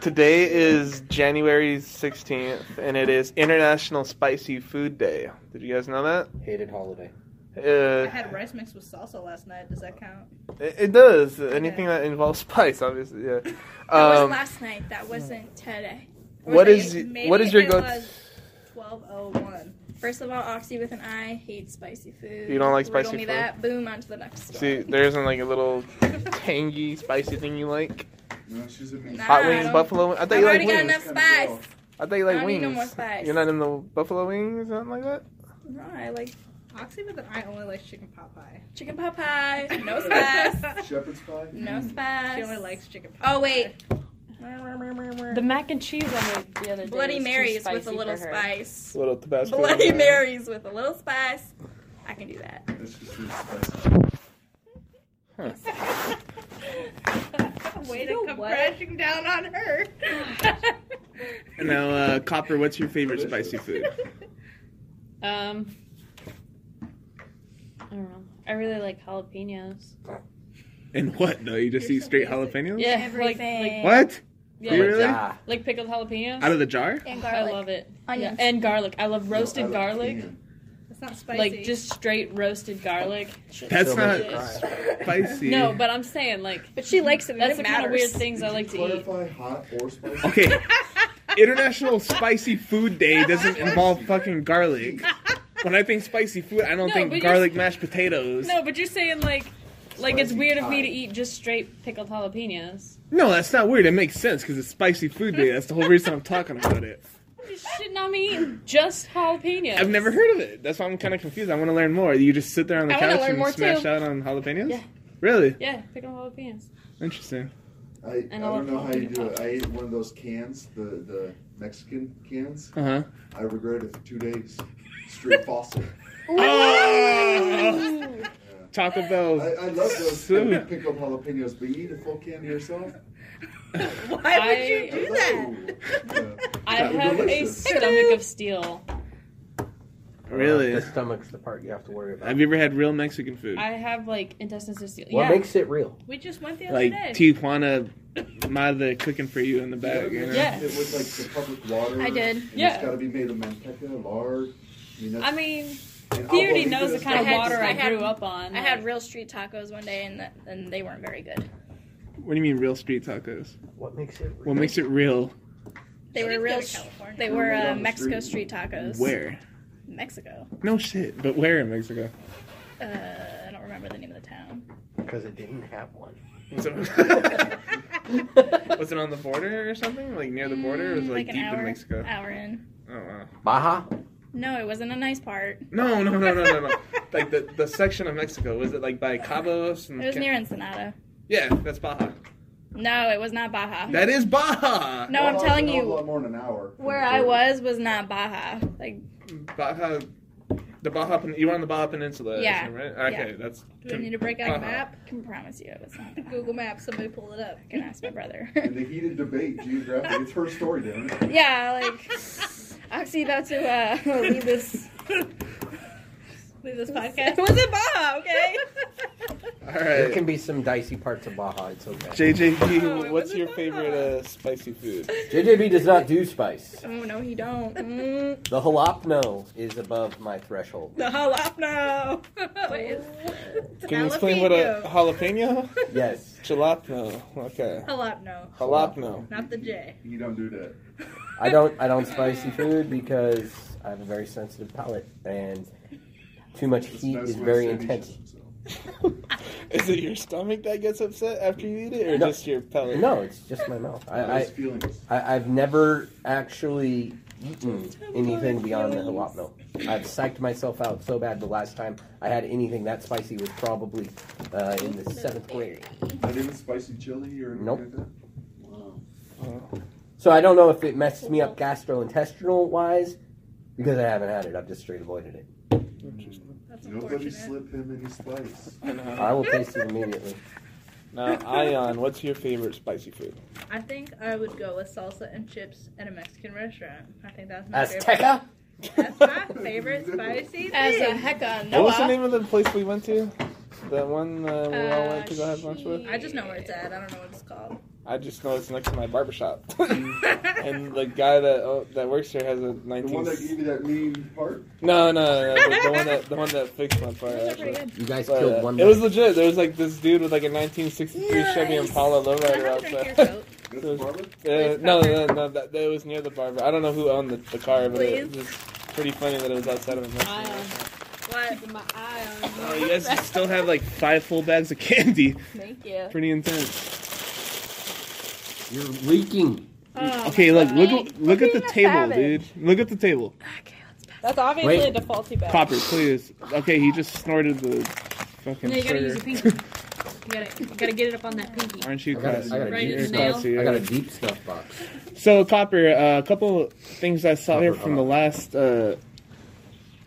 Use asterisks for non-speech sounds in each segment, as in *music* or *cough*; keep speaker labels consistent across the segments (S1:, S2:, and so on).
S1: Today is January 16th, and it is International Spicy Food Day. Did you guys know that?
S2: Hated holiday.
S3: I
S1: Uh,
S3: had rice mixed with salsa last night. Does that count?
S1: it, it does. Anything that involves spice, obviously.
S4: *laughs*
S1: Yeah.
S4: That was
S1: Um,
S4: last night. That wasn't today.
S3: Or
S1: what
S3: maybe-
S1: is
S3: maybe
S1: what is your
S3: it
S1: go?
S3: was 1201.
S4: First of all, Oxy with an I hates spicy food.
S1: You don't like
S4: Riddle
S1: spicy
S4: me
S1: food?
S4: that. Boom, on to the next
S1: See,
S4: story.
S1: there isn't like a little tangy, spicy thing you like.
S5: No, she's a
S4: Nah,
S1: Hot
S4: I
S1: wings,
S4: don't-
S1: buffalo. wing- I thought
S4: I've
S1: you like
S4: already got
S1: wings.
S4: enough spice.
S1: I thought you like
S4: I don't need
S1: wings.
S4: no more spice.
S1: You're not in the buffalo wings, something like that.
S4: No, I like
S3: *laughs* Oxy with an I only likes chicken pot
S4: *laughs*
S3: pie.
S4: chicken pot pie. No spice.
S5: Shepherd's
S6: *laughs*
S5: pie?
S4: No
S6: Mm.
S4: spice.
S3: She only likes chicken pot
S4: Oh wait,
S3: *laughs*
S6: The mac and cheese on the, the other day.
S4: Bloody
S6: was too
S4: Marys with a
S6: spicy
S4: little
S6: for her.
S4: spice.
S1: A little Tabasco.
S4: Bloody Marys with a little spice. I can do
S6: *laughs*
S4: that.
S5: That's just really spicy.
S3: pie. Way to come crashing down on her.
S1: Now, uh, Copper, what's your favorite
S4: *laughs*
S5: spicy
S1: food?
S6: *laughs* Um, I don't know. I really like jalapenos.
S1: And what? No, you just
S3: You're so basic.
S1: jalapenos.
S6: Yeah,
S4: Everything.
S6: Like, like,
S1: What?
S6: yeah,
S1: You really?
S2: Ah,
S6: like pickled jalapenos.
S1: Out of the jar?
S4: And
S6: I
S4: garlic.
S6: love it. Yeah,
S4: Onions.
S6: and garlic. I love roasted
S5: No, I like
S6: garlic.
S5: onion.
S3: It's not spicy.
S6: Like *laughs* just straight roasted garlic.
S1: That's
S2: so
S1: not
S2: much Uh, fries.
S1: spicy.
S6: No, but I'm saying like
S4: But she likes it.
S6: that's
S4: it
S6: the kind of
S4: matters.
S6: weird things I like
S5: Did
S6: to
S5: you
S6: eat.
S5: Clarify hot or spicy.
S1: Okay. International Spicy Food Day doesn't involve fucking garlic. When I think spicy food, I don't
S6: No, but
S1: think
S6: you're-
S1: garlic mashed potatoes.
S6: No, but you're saying like like it's
S5: Spicy
S6: weird of me to
S5: pie.
S6: eat just straight pickled jalapenos.
S1: No, that's not weird. It makes sense because it's Spicy Food Day. That's the whole reason I'm talking about it.
S6: You should not be eating just jalapenos.
S1: I've never heard of it. That's why I'm kind of confused. I want to learn more. You just sit there on the
S6: I wanna
S1: couch
S6: learn
S1: and
S6: more,
S1: smash
S6: too.
S1: out on jalapenos?
S6: Yeah.
S1: Really?
S6: Yeah, pickled jalapenos.
S1: Interesting.
S5: I, I
S6: And I'll
S5: don't know how you do
S6: look
S5: it. I ate one of those cans, the, the Mexican cans.
S1: Uh huh.
S5: I regretted it for two days.
S1: *laughs*
S5: Straight fossil.
S6: *laughs*
S1: Oh! Taco
S5: I,
S1: Bell.
S5: I love those *laughs*
S1: Soon.
S5: pickled jalapenos, but you eat a full can to yourself?
S3: Why
S6: I-
S3: would you do that?
S5: No. Yeah.
S6: I
S5: That'd be
S6: have a
S5: delicious.
S6: stomach of steel.
S1: Really?
S2: The stomach's the part you have to worry about.
S1: Have you ever had real Mexican food?
S6: I have like intestines of steel.
S2: what
S6: yeah.
S2: makes it real?
S3: We just went the other
S1: Like
S3: day.
S1: Tijuana mother cooking for you in the back. You know?
S6: Yeah.
S5: It was like the public water.
S4: I did.
S5: and
S6: Yeah.
S5: It's got to be made of manteca, lard. You know,
S6: I mean,
S5: and
S6: he already
S5: alcohol.
S6: knows the kind
S4: I
S6: of
S4: had-
S6: water
S4: I
S6: I,
S4: had-
S6: grew up on.
S4: I had real street tacos one day, and that, and they weren't very good.
S1: What do you mean real street tacos?
S2: What makes it real?
S1: What makes it real?
S4: They
S3: She's *laughs*
S4: were real.
S3: going to
S4: sh-
S3: California.
S4: They were
S5: Right
S4: uh,
S5: on the
S4: Mexico
S5: street.
S4: street tacos.
S1: Where?
S4: Mexico.
S1: No shit, but where in Mexico?
S4: Uh, I don't remember the name of the town.
S2: Because it didn't have one.
S1: Was it, *laughs* was it on the border or something? Like near the border? It was
S4: Mm,
S1: like,
S4: an
S1: deep
S4: hour,
S1: in Mexico.
S4: Hour in.
S1: Oh wow.
S2: Baja?
S4: No, it wasn't a nice part.
S1: No, no, no, no, no, no. like the, the section of Mexico was it like
S4: *laughs*
S1: by Cabos? And
S4: It was
S1: Ca-
S4: near Ensenada.
S1: Yeah, that's Baja.
S4: No, it was not Baja.
S1: That is Baja.
S4: No, I'm
S5: Well,
S4: telling
S5: it's A whole
S4: you,
S5: lot more than an hour.
S4: where I was was not Baja. Like
S1: Baja. The Baja. Pen- You were on the Baja Peninsula. I
S4: Yeah.
S1: assume, right. Okay, that's.
S3: Do I need to break out
S1: Uh-huh.
S3: a map?
S4: I can promise you, it was not. Baja.
S3: Google Maps, somebody pull it up.
S4: I can ask my brother.
S5: In the heated debate, geographically, it's her story, damn
S4: *laughs*
S5: it.
S4: yeah, like Oxy about to uh, *laughs* leave this.
S3: Leave *laughs* this
S4: It
S3: podcast.
S4: was in Baja, okay.
S1: All
S2: There
S1: right.
S2: can be some dicey parts of Baja. It's okay.
S1: JJB,
S3: Oh, it
S1: what's
S3: was
S1: your
S3: Baja.
S1: favorite uh, spicy food?
S2: JJB does not do spice.
S4: oh no, he don't.
S2: The jalapeno is above my threshold.
S4: The jalapeno. *laughs* Wait,
S1: Can you explain what a jalapeno?
S2: Yes,
S1: Jalapeno. Okay.
S4: Oh.
S3: Jalapeno,
S1: Jalapeno.
S3: not the J.
S5: You don't do that.
S2: I don't. I don't spicy food because I have a very sensitive palate, and too much
S5: It's
S2: heat
S5: no
S2: is
S5: Swiss
S2: very
S5: Chinese,
S2: intense.
S5: so.
S1: *laughs* Is it your stomach that gets upset after you eat it, or
S2: No.
S1: just your pellet?
S2: No, it's just my mouth. I, I,
S5: Those feelings.
S2: I I've never actually eaten anything beyond the jalapeno. I've psyched myself out so bad. The last time I had anything that spicy was probably uh, in the seventh grade.
S5: Not even spicy chili or anything
S2: Nope.
S5: like that? Wow.
S2: So I don't know if it messes me up gastrointestinal wise because I haven't had it. I've just straight avoided it.
S3: That's
S5: Nobody
S3: unfortunate.
S5: slip him any spice.
S1: No.
S2: I will taste it immediately.
S1: Now, Ion, what's your favorite spicy food?
S3: I think I would go with salsa and chips at a Mexican restaurant. I think that's my favorite.
S2: Azteca.
S3: That's my favorite spicy
S4: As a
S3: thing.
S4: heck
S1: *laughs*
S4: on
S1: What was the
S4: Noah.
S1: name of the place we went to? That one uh, we all went to go have lunch with?
S3: I just know where it's at. I don't know what it's called.
S7: I just know it's next to my
S1: *laughs*
S7: barbershop.
S3: *laughs*
S7: and the guy that oh, that works here has a
S5: The
S7: 19.
S5: one that gave you that mean part?
S7: no, no, no, the, the one that the one that fixed my car.
S3: Those are pretty
S7: Actually.
S3: good.
S2: You guys
S7: But,
S2: killed
S7: uh,
S2: one.
S7: it was
S2: man.
S7: legit. There was like this dude with like a 1963 Chevy
S3: Nice.
S7: Impala lowrider
S3: I'll drink your
S7: outside.
S3: coat.
S5: That's the barber?
S7: *laughs* Uh, no, no, no, that, that was near the barber. I don't know who owned the, the car, but it
S3: Please.
S7: was pretty funny that it was outside of a
S6: I
S7: restaurant.
S6: am.
S3: What?
S6: Keeping my eye on
S1: Oh, you guys still have like five full bags of candy.
S6: Thank you.
S1: Pretty intense.
S2: You're leaking.
S3: Oh
S1: Okay,
S3: my
S1: look, look,
S3: God.
S1: look at the
S6: being a
S1: table, dude.
S6: savage.
S1: Look at the table.
S3: Okay, let's pass.
S6: That's obviously
S2: Wait.
S6: a defaulty bet.
S1: Popper, please. Okay, he just snorted the fucking.
S8: No, you gotta
S1: sugar.
S8: use your pinky. You gotta, you gotta get it up on that pinky.
S1: Aren't you
S2: I gotta-
S1: classy?
S2: I gotta
S8: Right
S1: You're
S8: in the nail.
S1: classy,
S2: I got a
S1: yeah.
S2: deep stuff box.
S1: So, Copper, uh, a couple things I saw here
S2: Copper,
S1: from the
S2: hold
S1: last uh,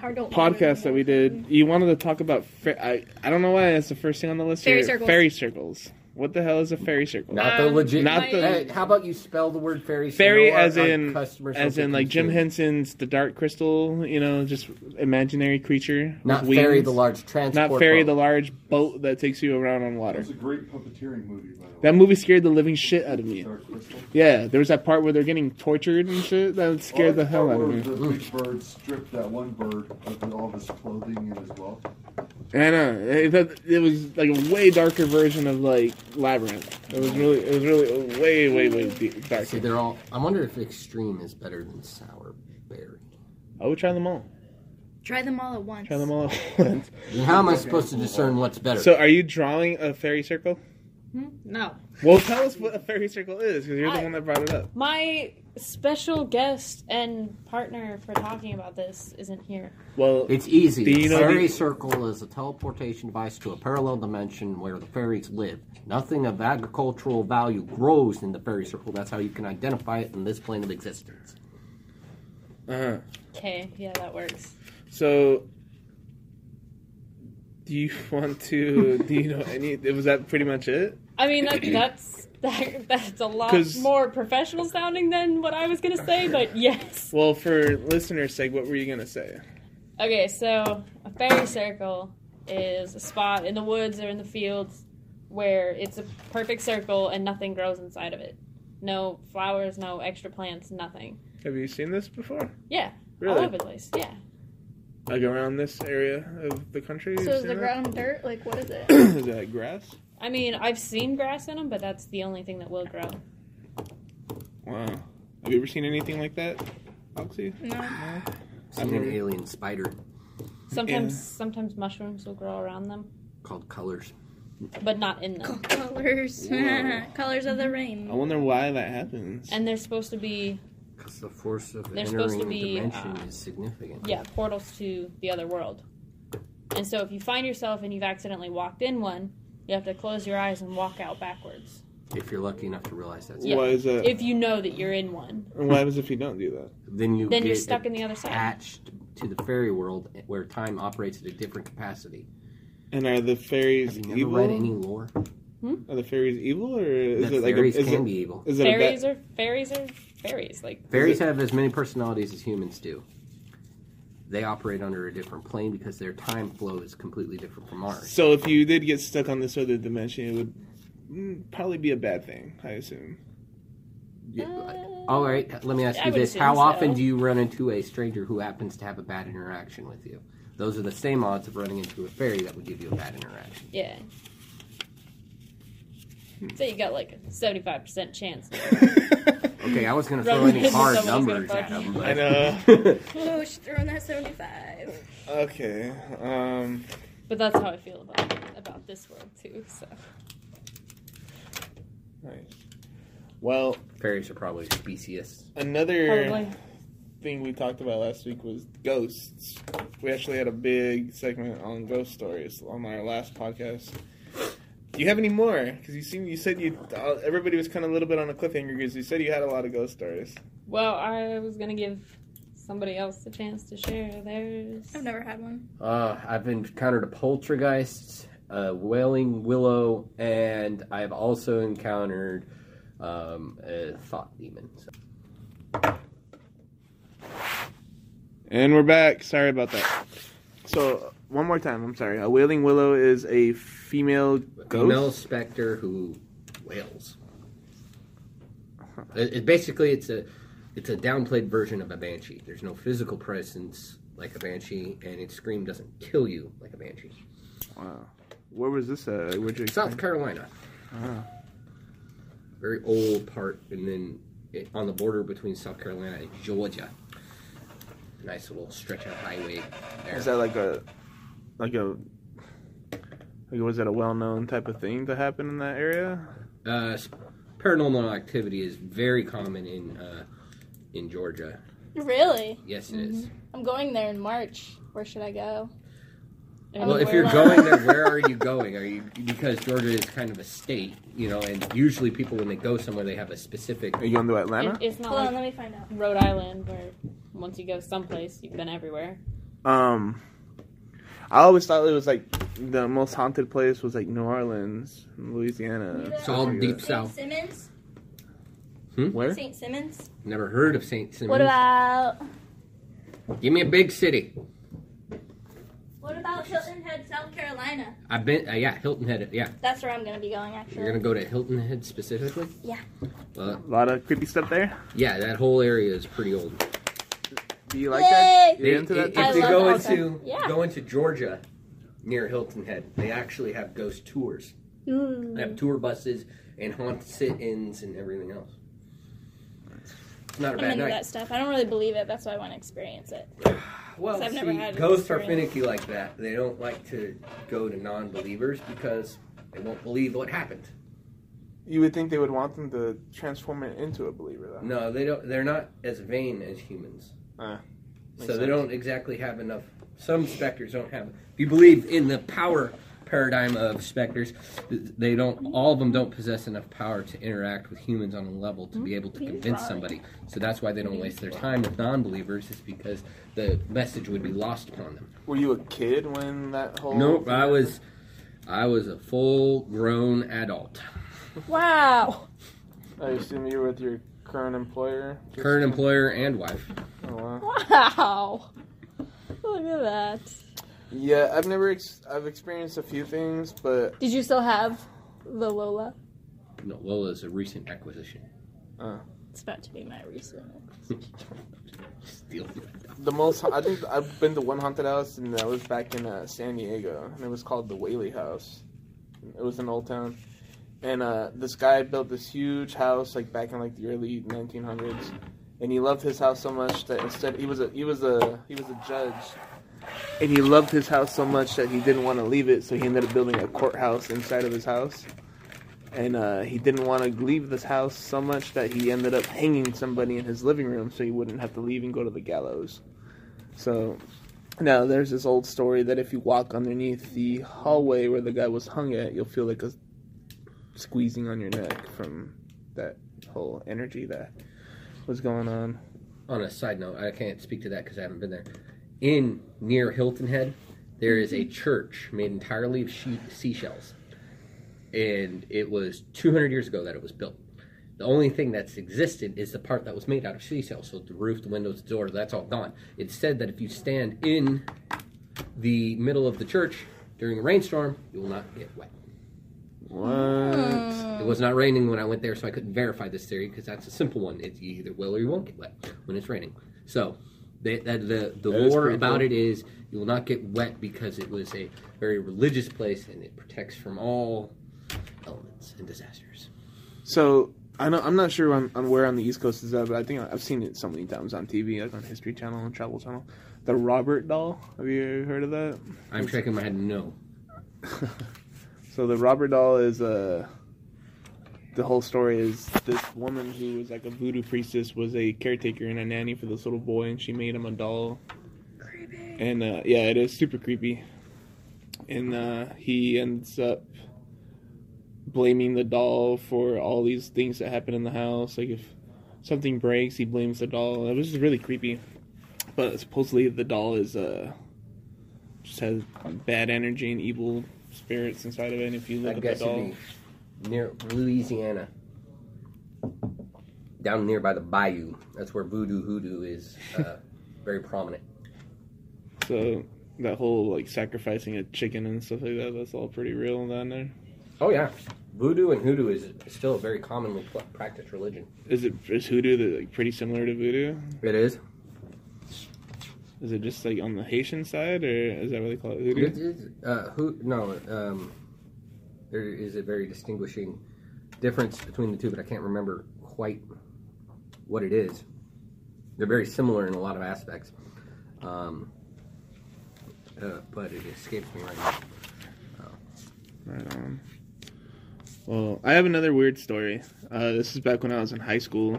S8: Hard old
S1: podcast that we did. You wanted to talk about. Fer- I I don't know why that's the first thing on the list
S8: Fairy
S1: here.
S8: circles.
S1: Fairy circles. What the hell is a fairy circle?
S2: Not the
S8: Um,
S2: legit.
S1: not the-
S2: Hey, how about you spell the word fairy? so
S1: Fairy,
S2: no
S1: as
S2: our- our
S1: in-
S2: customers
S1: As
S2: don't
S1: in,
S2: get
S1: like Jim
S2: confused.
S1: Henson's The Dark Crystal, you know, just imaginary creature.
S2: Not
S1: with
S2: fairy,
S1: wings.
S2: the large transport.
S1: Not Fairy,
S2: boat.
S1: the large boat that takes you around on
S5: That
S1: water.
S5: was a great puppeteering movie, by the way.
S1: That movie scared the living shit out of me.
S5: Dark Crystal.
S1: Yeah, there was that part where they're getting tortured and shit. That scared the hell out of me.
S5: The big bird stripped that one bird of all of his clothing and his wealth.
S1: I know uh, it, that- it was like a way darker version of like Labyrinth. It was really, it was really way, way, way deep,
S2: See,
S1: darker.
S2: they're all. I wonder if extreme is better than sour berry.
S1: I would try them all.
S3: Try them all at once.
S1: Try them all at once.
S2: How am I supposed to discern what's better?
S1: So, are you drawing a fairy circle?
S8: No.
S1: Well, tell us what a fairy circle is, because you're the
S6: I-
S1: one that brought it up.
S6: My special guest and partner for talking about this isn't here.
S1: Well,
S2: it's easy.
S1: Do you know
S2: a fairy
S1: the-
S2: circle is a teleportation device to a parallel dimension where the fairies live. Nothing of agricultural value grows in the fairy circle. That's how you can identify it in this plane of existence.
S1: uh-huh.
S6: Okay, yeah, that works.
S1: so do you *laughs* want to? do you know any? Was that pretty much it?
S6: I
S4: *clears throat*
S6: mean, that, that's that, that's a lot
S1: 'Cause-
S6: more professional sounding than what I was gonna say, but yes.
S1: Well, for listeners' sake, what were you gonna say?
S6: Okay, so a fairy circle is a spot in the woods or in the fields where it's a perfect circle and nothing grows inside of it. No flowers, no extra plants, nothing.
S1: Have you seen this before?
S6: Yeah, all
S1: Really?
S6: over the place. Yeah.
S1: Like around this area of the country?
S4: So
S1: You've
S4: is
S1: seen
S4: the
S1: that?
S4: ground dirt? Like, what is
S1: *clears throat*
S2: *coughs*
S4: it?
S1: is it like grass?
S6: I mean, I've seen grass in them, but that's the only thing that will grow.
S1: Wow. Have you ever seen anything like that, Oxy?
S4: No.
S1: No.
S2: Seen
S1: never-
S2: an alien spider
S6: Sometimes, sometimes mushrooms will grow around them,
S2: called colors.
S6: but not in them.
S4: Colors.
S1: Whoa.
S4: *laughs* Colors of the rain.
S1: I
S2: Oh.
S1: wonder why that happens.
S6: And they're supposed to be,
S2: Because the force of
S6: They're supposed
S2: entering
S6: to be,
S2: dimension
S6: uh,
S2: is significant.
S6: yeah, portals to the other world. And so, if you find yourself and you've accidentally walked in one, you have to close your eyes and walk out backwards.
S2: If you're lucky enough to realize that,
S6: Yeah.
S1: Why is that?
S6: If you know that you're in one,
S1: and what happens if you don't do that?
S2: then you
S6: then you're
S2: get
S6: stuck in the other side.
S2: attached to the fairy world where time operates at a different capacity.
S1: And are the fairies
S2: Have you never
S1: evil?
S2: read any lore?
S1: Are the fairies evil, or is
S2: that
S1: it like a,
S2: fairies
S1: is,
S2: can
S1: it,
S2: be evil.
S1: is it a
S6: Fairies
S1: bad-
S6: are fairies are fairies. Like
S2: Fairies have as many personalities as humans do. They operate under a different plane because their time flow is completely different from ours.
S1: So if you did get stuck on this other dimension, it would mm, probably be a bad thing, I assume. *laughs*
S2: Yeah, All right, let me ask
S6: Uh, I
S2: you
S6: would
S2: this:
S6: assume
S2: How
S6: so.
S2: often do you run into a stranger who happens to have a bad interaction with you? Those are the same odds of running into a fairy that would give you a bad interaction.
S6: yeah. So you got like a seventy-five percent chance.
S2: Okay, I was going to
S6: Run
S2: throw any
S6: into
S2: hard
S6: someone
S2: numbers
S6: who's gonna
S2: at
S6: fuck
S2: them.
S1: I
S2: But
S1: know.
S2: *laughs*
S4: Oh, she's throwing that 75.
S1: okay. Um.
S6: But that's how I feel about about this world too. So
S1: Nice. Well,
S2: fairies are probably specious.
S1: another.
S6: probably
S1: thing we talked about last week was ghosts. We actually had a big segment on ghost stories on our last podcast. Do you have any more? Because you seem you said you uh, everybody was kind of a little bit on a cliffhanger because you said you had a lot of ghost stories.
S6: Well, I was gonna give somebody else the chance to share theirs.
S4: I've never had one.
S2: Uh, I've encountered a poltergeist, a wailing willow, and I've also encountered um, a thought demon. So-
S1: And we're back. Sorry about that. So one more time. I'm sorry. A wailing willow is a female ghost.
S2: Female specter who wails. It, it basically it's a it's a downplayed version of a banshee. There's no physical presence like a banshee, and its scream doesn't kill you like a banshee.
S1: Wow. Where was this at? Like, Where'd you
S2: South Carolina,
S1: Uh-huh.
S2: very old part, and then it, on the border between South Carolina and Georgia. Nice little stretch of highway there.
S1: Is that like a like a like was that a well known type of thing that happened in that area?
S2: Uh, s- paranormal activity is very common in uh, in Georgia.
S4: Really?
S2: Yes, it is.
S4: I'm going there in March. Where should I go?
S6: And
S2: Well, if
S6: where
S2: you're
S6: that-
S2: going there, where are you going? Are you because Georgia is kind of a state, you know, and usually people when they go somewhere they have a specific.
S1: Are you going to Atlanta?
S6: It- it's not
S4: Hold on,
S6: like
S4: let me find out.
S6: Rhode Island where once you go someplace you've been everywhere.
S1: Um, I always thought it was like the most haunted place was like New Orleans, Louisiana.
S4: It's
S2: all deep
S4: St.
S2: South.
S4: Simmons?
S1: Where?
S4: St. Simmons?
S2: Never heard of Saint Simmons.
S4: What about
S2: Give me a big city.
S4: what about Hilton Head, South Carolina?
S2: I've been uh, yeah Hilton Head. Yeah,
S4: That's where I'm gonna be going
S2: you're
S4: actually.
S2: gonna go to Hilton Head specifically.
S4: Yeah.
S2: Well,
S1: A lot of creepy stuff there.
S2: yeah, that whole area is pretty old.
S1: Do you like that?
S4: Yay!
S1: You into that?
S2: if
S4: I
S2: you
S4: love
S2: go
S4: Hilton.
S2: into
S4: Yeah.
S2: go into Georgia near Hilton Head, they actually have ghost tours. They have tour buses and haunted sit-ins and everything else. It's not a
S4: I'm
S2: bad
S4: into
S2: night.
S4: that stuff. I don't really believe it, that's why I wanna experience it.
S2: Well,
S4: 'Cause I've
S2: see,
S4: never had an
S2: ghosts are
S4: experience.
S2: finicky like that. They don't like to go to non-believers because they won't believe what happened.
S1: You would think they would want them to transform it into a believer, though.
S2: No, they don't. They're not as vain as humans,
S1: Ah,
S2: so
S1: makes
S2: they
S1: sense.
S2: don't exactly have enough. Some specters don't have. If you believe in the power paradigm of specters, they don't. All of them don't possess enough power to interact with humans on a level to be able to convince somebody. So that's why they don't waste their time with non-believers. Is because the message would be lost upon them.
S1: Were you a kid when that whole?
S2: Nope, I was, I was a full-grown adult.
S4: Wow.
S1: I assume you were with your current employer.
S2: Current employer and wife.
S1: Oh, wow.
S4: Wow. Look at that.
S1: Yeah, I've never. Ex- I've experienced a few things, but
S4: Did you still have the Lola?
S2: No, Lola is a recent acquisition.
S4: It's about to be my recent.
S2: Steal.
S1: the most I think I've been to one haunted house and that was back in uh, San Diego and it was called the Whaley House. It was in Old Town, and uh, this guy built this huge house like back in like the early 1900s, and he loved his house so much that instead he was a he was a he was a judge, and he loved his house so much that he didn't want to leave it, so he ended up building a courthouse inside of his house. And uh, he didn't want to leave this house so much that he ended up hanging somebody in his living room so he wouldn't have to leave and go to the gallows. So now there's this old story that if you walk underneath the hallway where the guy was hung at, you'll feel like a squeezing on your neck from that whole energy that was going on.
S2: On a side note, I can't speak to that because I haven't been there. In near Hilton Head, there is a church made entirely of she- seashells, and it was 200 years ago that it was built. The only thing that's existed is the part that was made out of seashells. So the roof, the windows, the door, that's all gone. It's said that if you stand in the middle of the church during a rainstorm, you will not get wet.
S1: What?
S2: It was not raining when I went there, so I couldn't verify this theory because that's a simple one. It, you either will or you won't get wet when it's raining. So, they, that, the the
S1: That is
S2: lore
S1: pretty
S2: about
S1: cool.
S2: it is you will not get wet because it was a very religious place and it protects from all elements and disasters.
S1: So I know I'm not sure on, on where on the East Coast is that, but I think I've seen it so many times on TV, like on History Channel and Travel Channel. The Robert doll. Have you heard of that? *laughs*
S2: I'm shaking my head no.
S1: So the Robert doll is Uh, the whole story is this woman who was like a voodoo priestess was a caretaker and a nanny for this little boy, and she made him a doll. Creepy. And uh, yeah, it is super creepy. And uh, he ends up blaming the doll for all these things that happen in the house. Like if something breaks, he blames the doll. It was just really creepy. But supposedly the doll is uh just has bad energy and evil spirits inside of it. And if you
S2: I
S1: look at
S2: guess
S1: the doll,
S2: it'd be near Louisiana, down near by the bayou. That's where voodoo hoodoo is
S1: *laughs*
S2: uh, very prominent.
S1: So that whole like sacrificing a chicken and stuff like that, that's all pretty real down there.
S2: Oh yeah, voodoo and hoodoo is still a very commonly pl- practiced religion.
S1: Is it is hoodoo the, like pretty similar to voodoo?
S2: It is.
S1: Is it just like on the Haitian side, or is that what they call it? Hoodoo?
S2: It is uh, who? No, um, there is a very distinguishing difference between the two, but I can't remember quite what it is. They're very similar in a lot of aspects, um, uh, but it escapes me right now.
S1: Right on. Well, I have another weird story. Uh, this is back when I was in high school.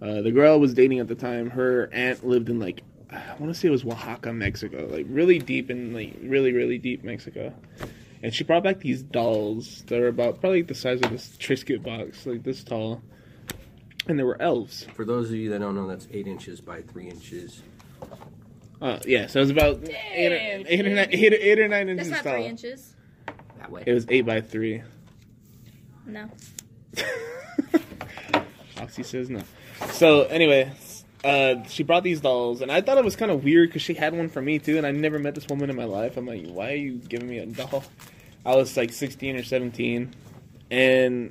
S1: Uh, the girl I was dating at the time, her aunt lived in like I want to say it was Oaxaca, Mexico, like really deep in like really really deep Mexico. And she brought back these dolls that were about probably the size of this Triscuit box, like this tall. And there were elves.
S2: For those of you that don't know, that's eight inches by three inches.
S1: Uh, yeah, so it was about eight or,
S6: Dude,
S1: eight, or nine, eight, or, eight or nine inches
S4: That's not
S1: tall.
S4: three inches.
S2: That way.
S1: It was eight by three.
S4: No.
S1: Oxy says no. So anyway, uh, she brought these dolls, and I thought it was kind of weird because she had one for me too, and I never met this woman in my life. I'm like, why are you giving me a doll? I was like 16 or 17, and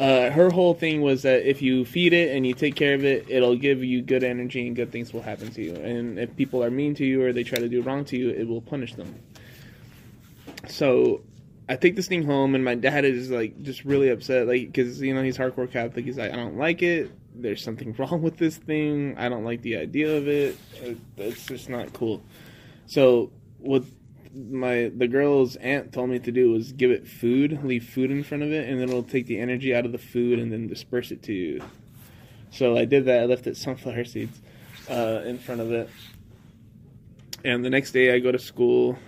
S1: uh, her whole thing was that if you feed it and you take care of it, it'll give you good energy and good things will happen to you. And if people are mean to you or they try to do wrong to you, it will punish them. So I take this thing home, and my dad is like just really upset, like because you know he's hardcore Catholic. He's like, I don't like it. There's something *laughs* wrong with this thing. I don't like the idea of it. It- It's just not cool. So what my the girl's aunt told me to do was give it food, leave food in front of it, and then it'll take the energy out of the food and then disperse it to you. So I did that. I left it sunflower *laughs* seeds uh, in front of it, and the next day I go to school,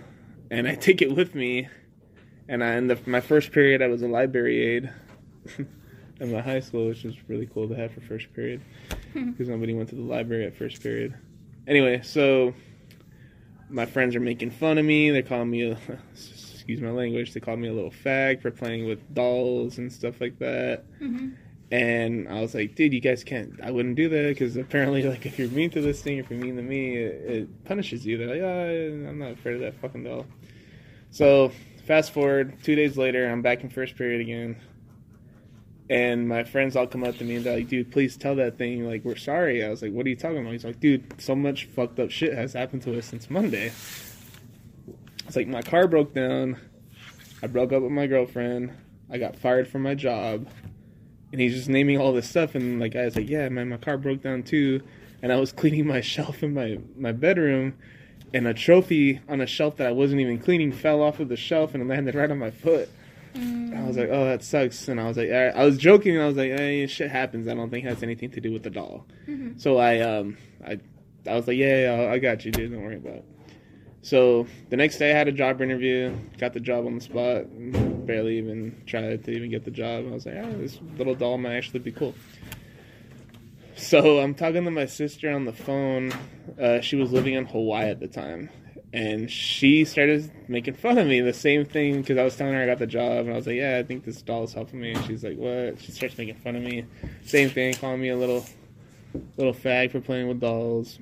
S1: and I *laughs* take it with me and I in the my first period I was a library aide *laughs* in my high school, which was really cool to have for first period because nobody went to the library at first period. Anyway, so my friends are making fun of me. They're calling me a *laughs* excuse my language. They called me a little fag for playing with dolls and stuff like that.
S4: Mm-hmm.
S1: And I was like, dude, you guys can't. I wouldn't do that because apparently, *laughs* like, if you're mean to this thing, if you're mean to me, it, it punishes you. They're like, oh, I'm not afraid of that fucking doll. So fast forward two days later, I'm back in first period again, and my friends all come up to me and they're like, "Dude, please tell that thing like we're sorry." I was like, "What are you talking about?" He's like, "Dude, so much fucked up shit has happened to us since Monday." It's like my car broke down, I broke up with my girlfriend, I got fired from my job, and he's just naming all this stuff. And like I was like, "Yeah, man, my car broke down too," and I was *laughs* cleaning my shelf in my my bedroom and a trophy on a shelf that I wasn't even cleaning fell off of the shelf and landed right on my foot. I was like, oh, that sucks. And I was like, I, I was joking. And I was like, eh, shit happens. I don't think it has anything to do with the doll. So I, um, I, I was like, yeah, yeah, I got you, dude. Don't worry about it. So the next day, I had a job interview. Got the job on the spot. Barely even tried to even get the job. I was like, ah, this little doll might actually be cool. So I'm talking to my sister on the phone. Uh, she was living in Hawaii at the time, and she started making fun of me. The same thing because I was telling her I got the job, and I was like, "Yeah, I think this doll's helping me." And she's like, "What?" She starts making fun of me. Same thing, calling me a little little fag for playing with dolls.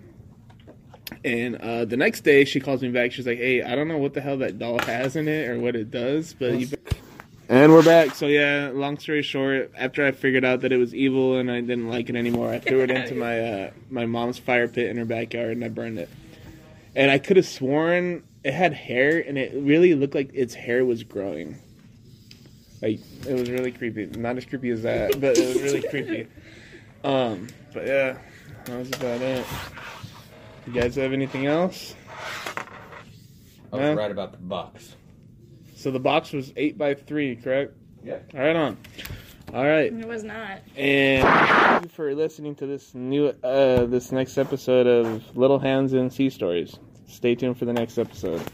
S1: And uh, the next day, she calls me back. She's like, "Hey, I don't know what the hell that doll has in it or what it does, but you." And we're back. So yeah, long story short, after I figured out that it was evil and I didn't like it anymore, I threw it into my uh, my mom's fire pit in her backyard and I burned it. And I could have sworn it had hair, and it really looked like its hair was growing. Like it was really creepy. Not as creepy as that, but it was really creepy. Um, but yeah, that was about it. You guys have anything else?
S2: I was
S1: Yeah.
S2: right about the box.
S1: So the box was eight by three, correct?
S2: Yeah.
S1: All right on. All right.
S4: It was not.
S1: And thank you for listening to this new uh, this next episode of Little Hands and Sea Stories. Stay tuned for the next episode.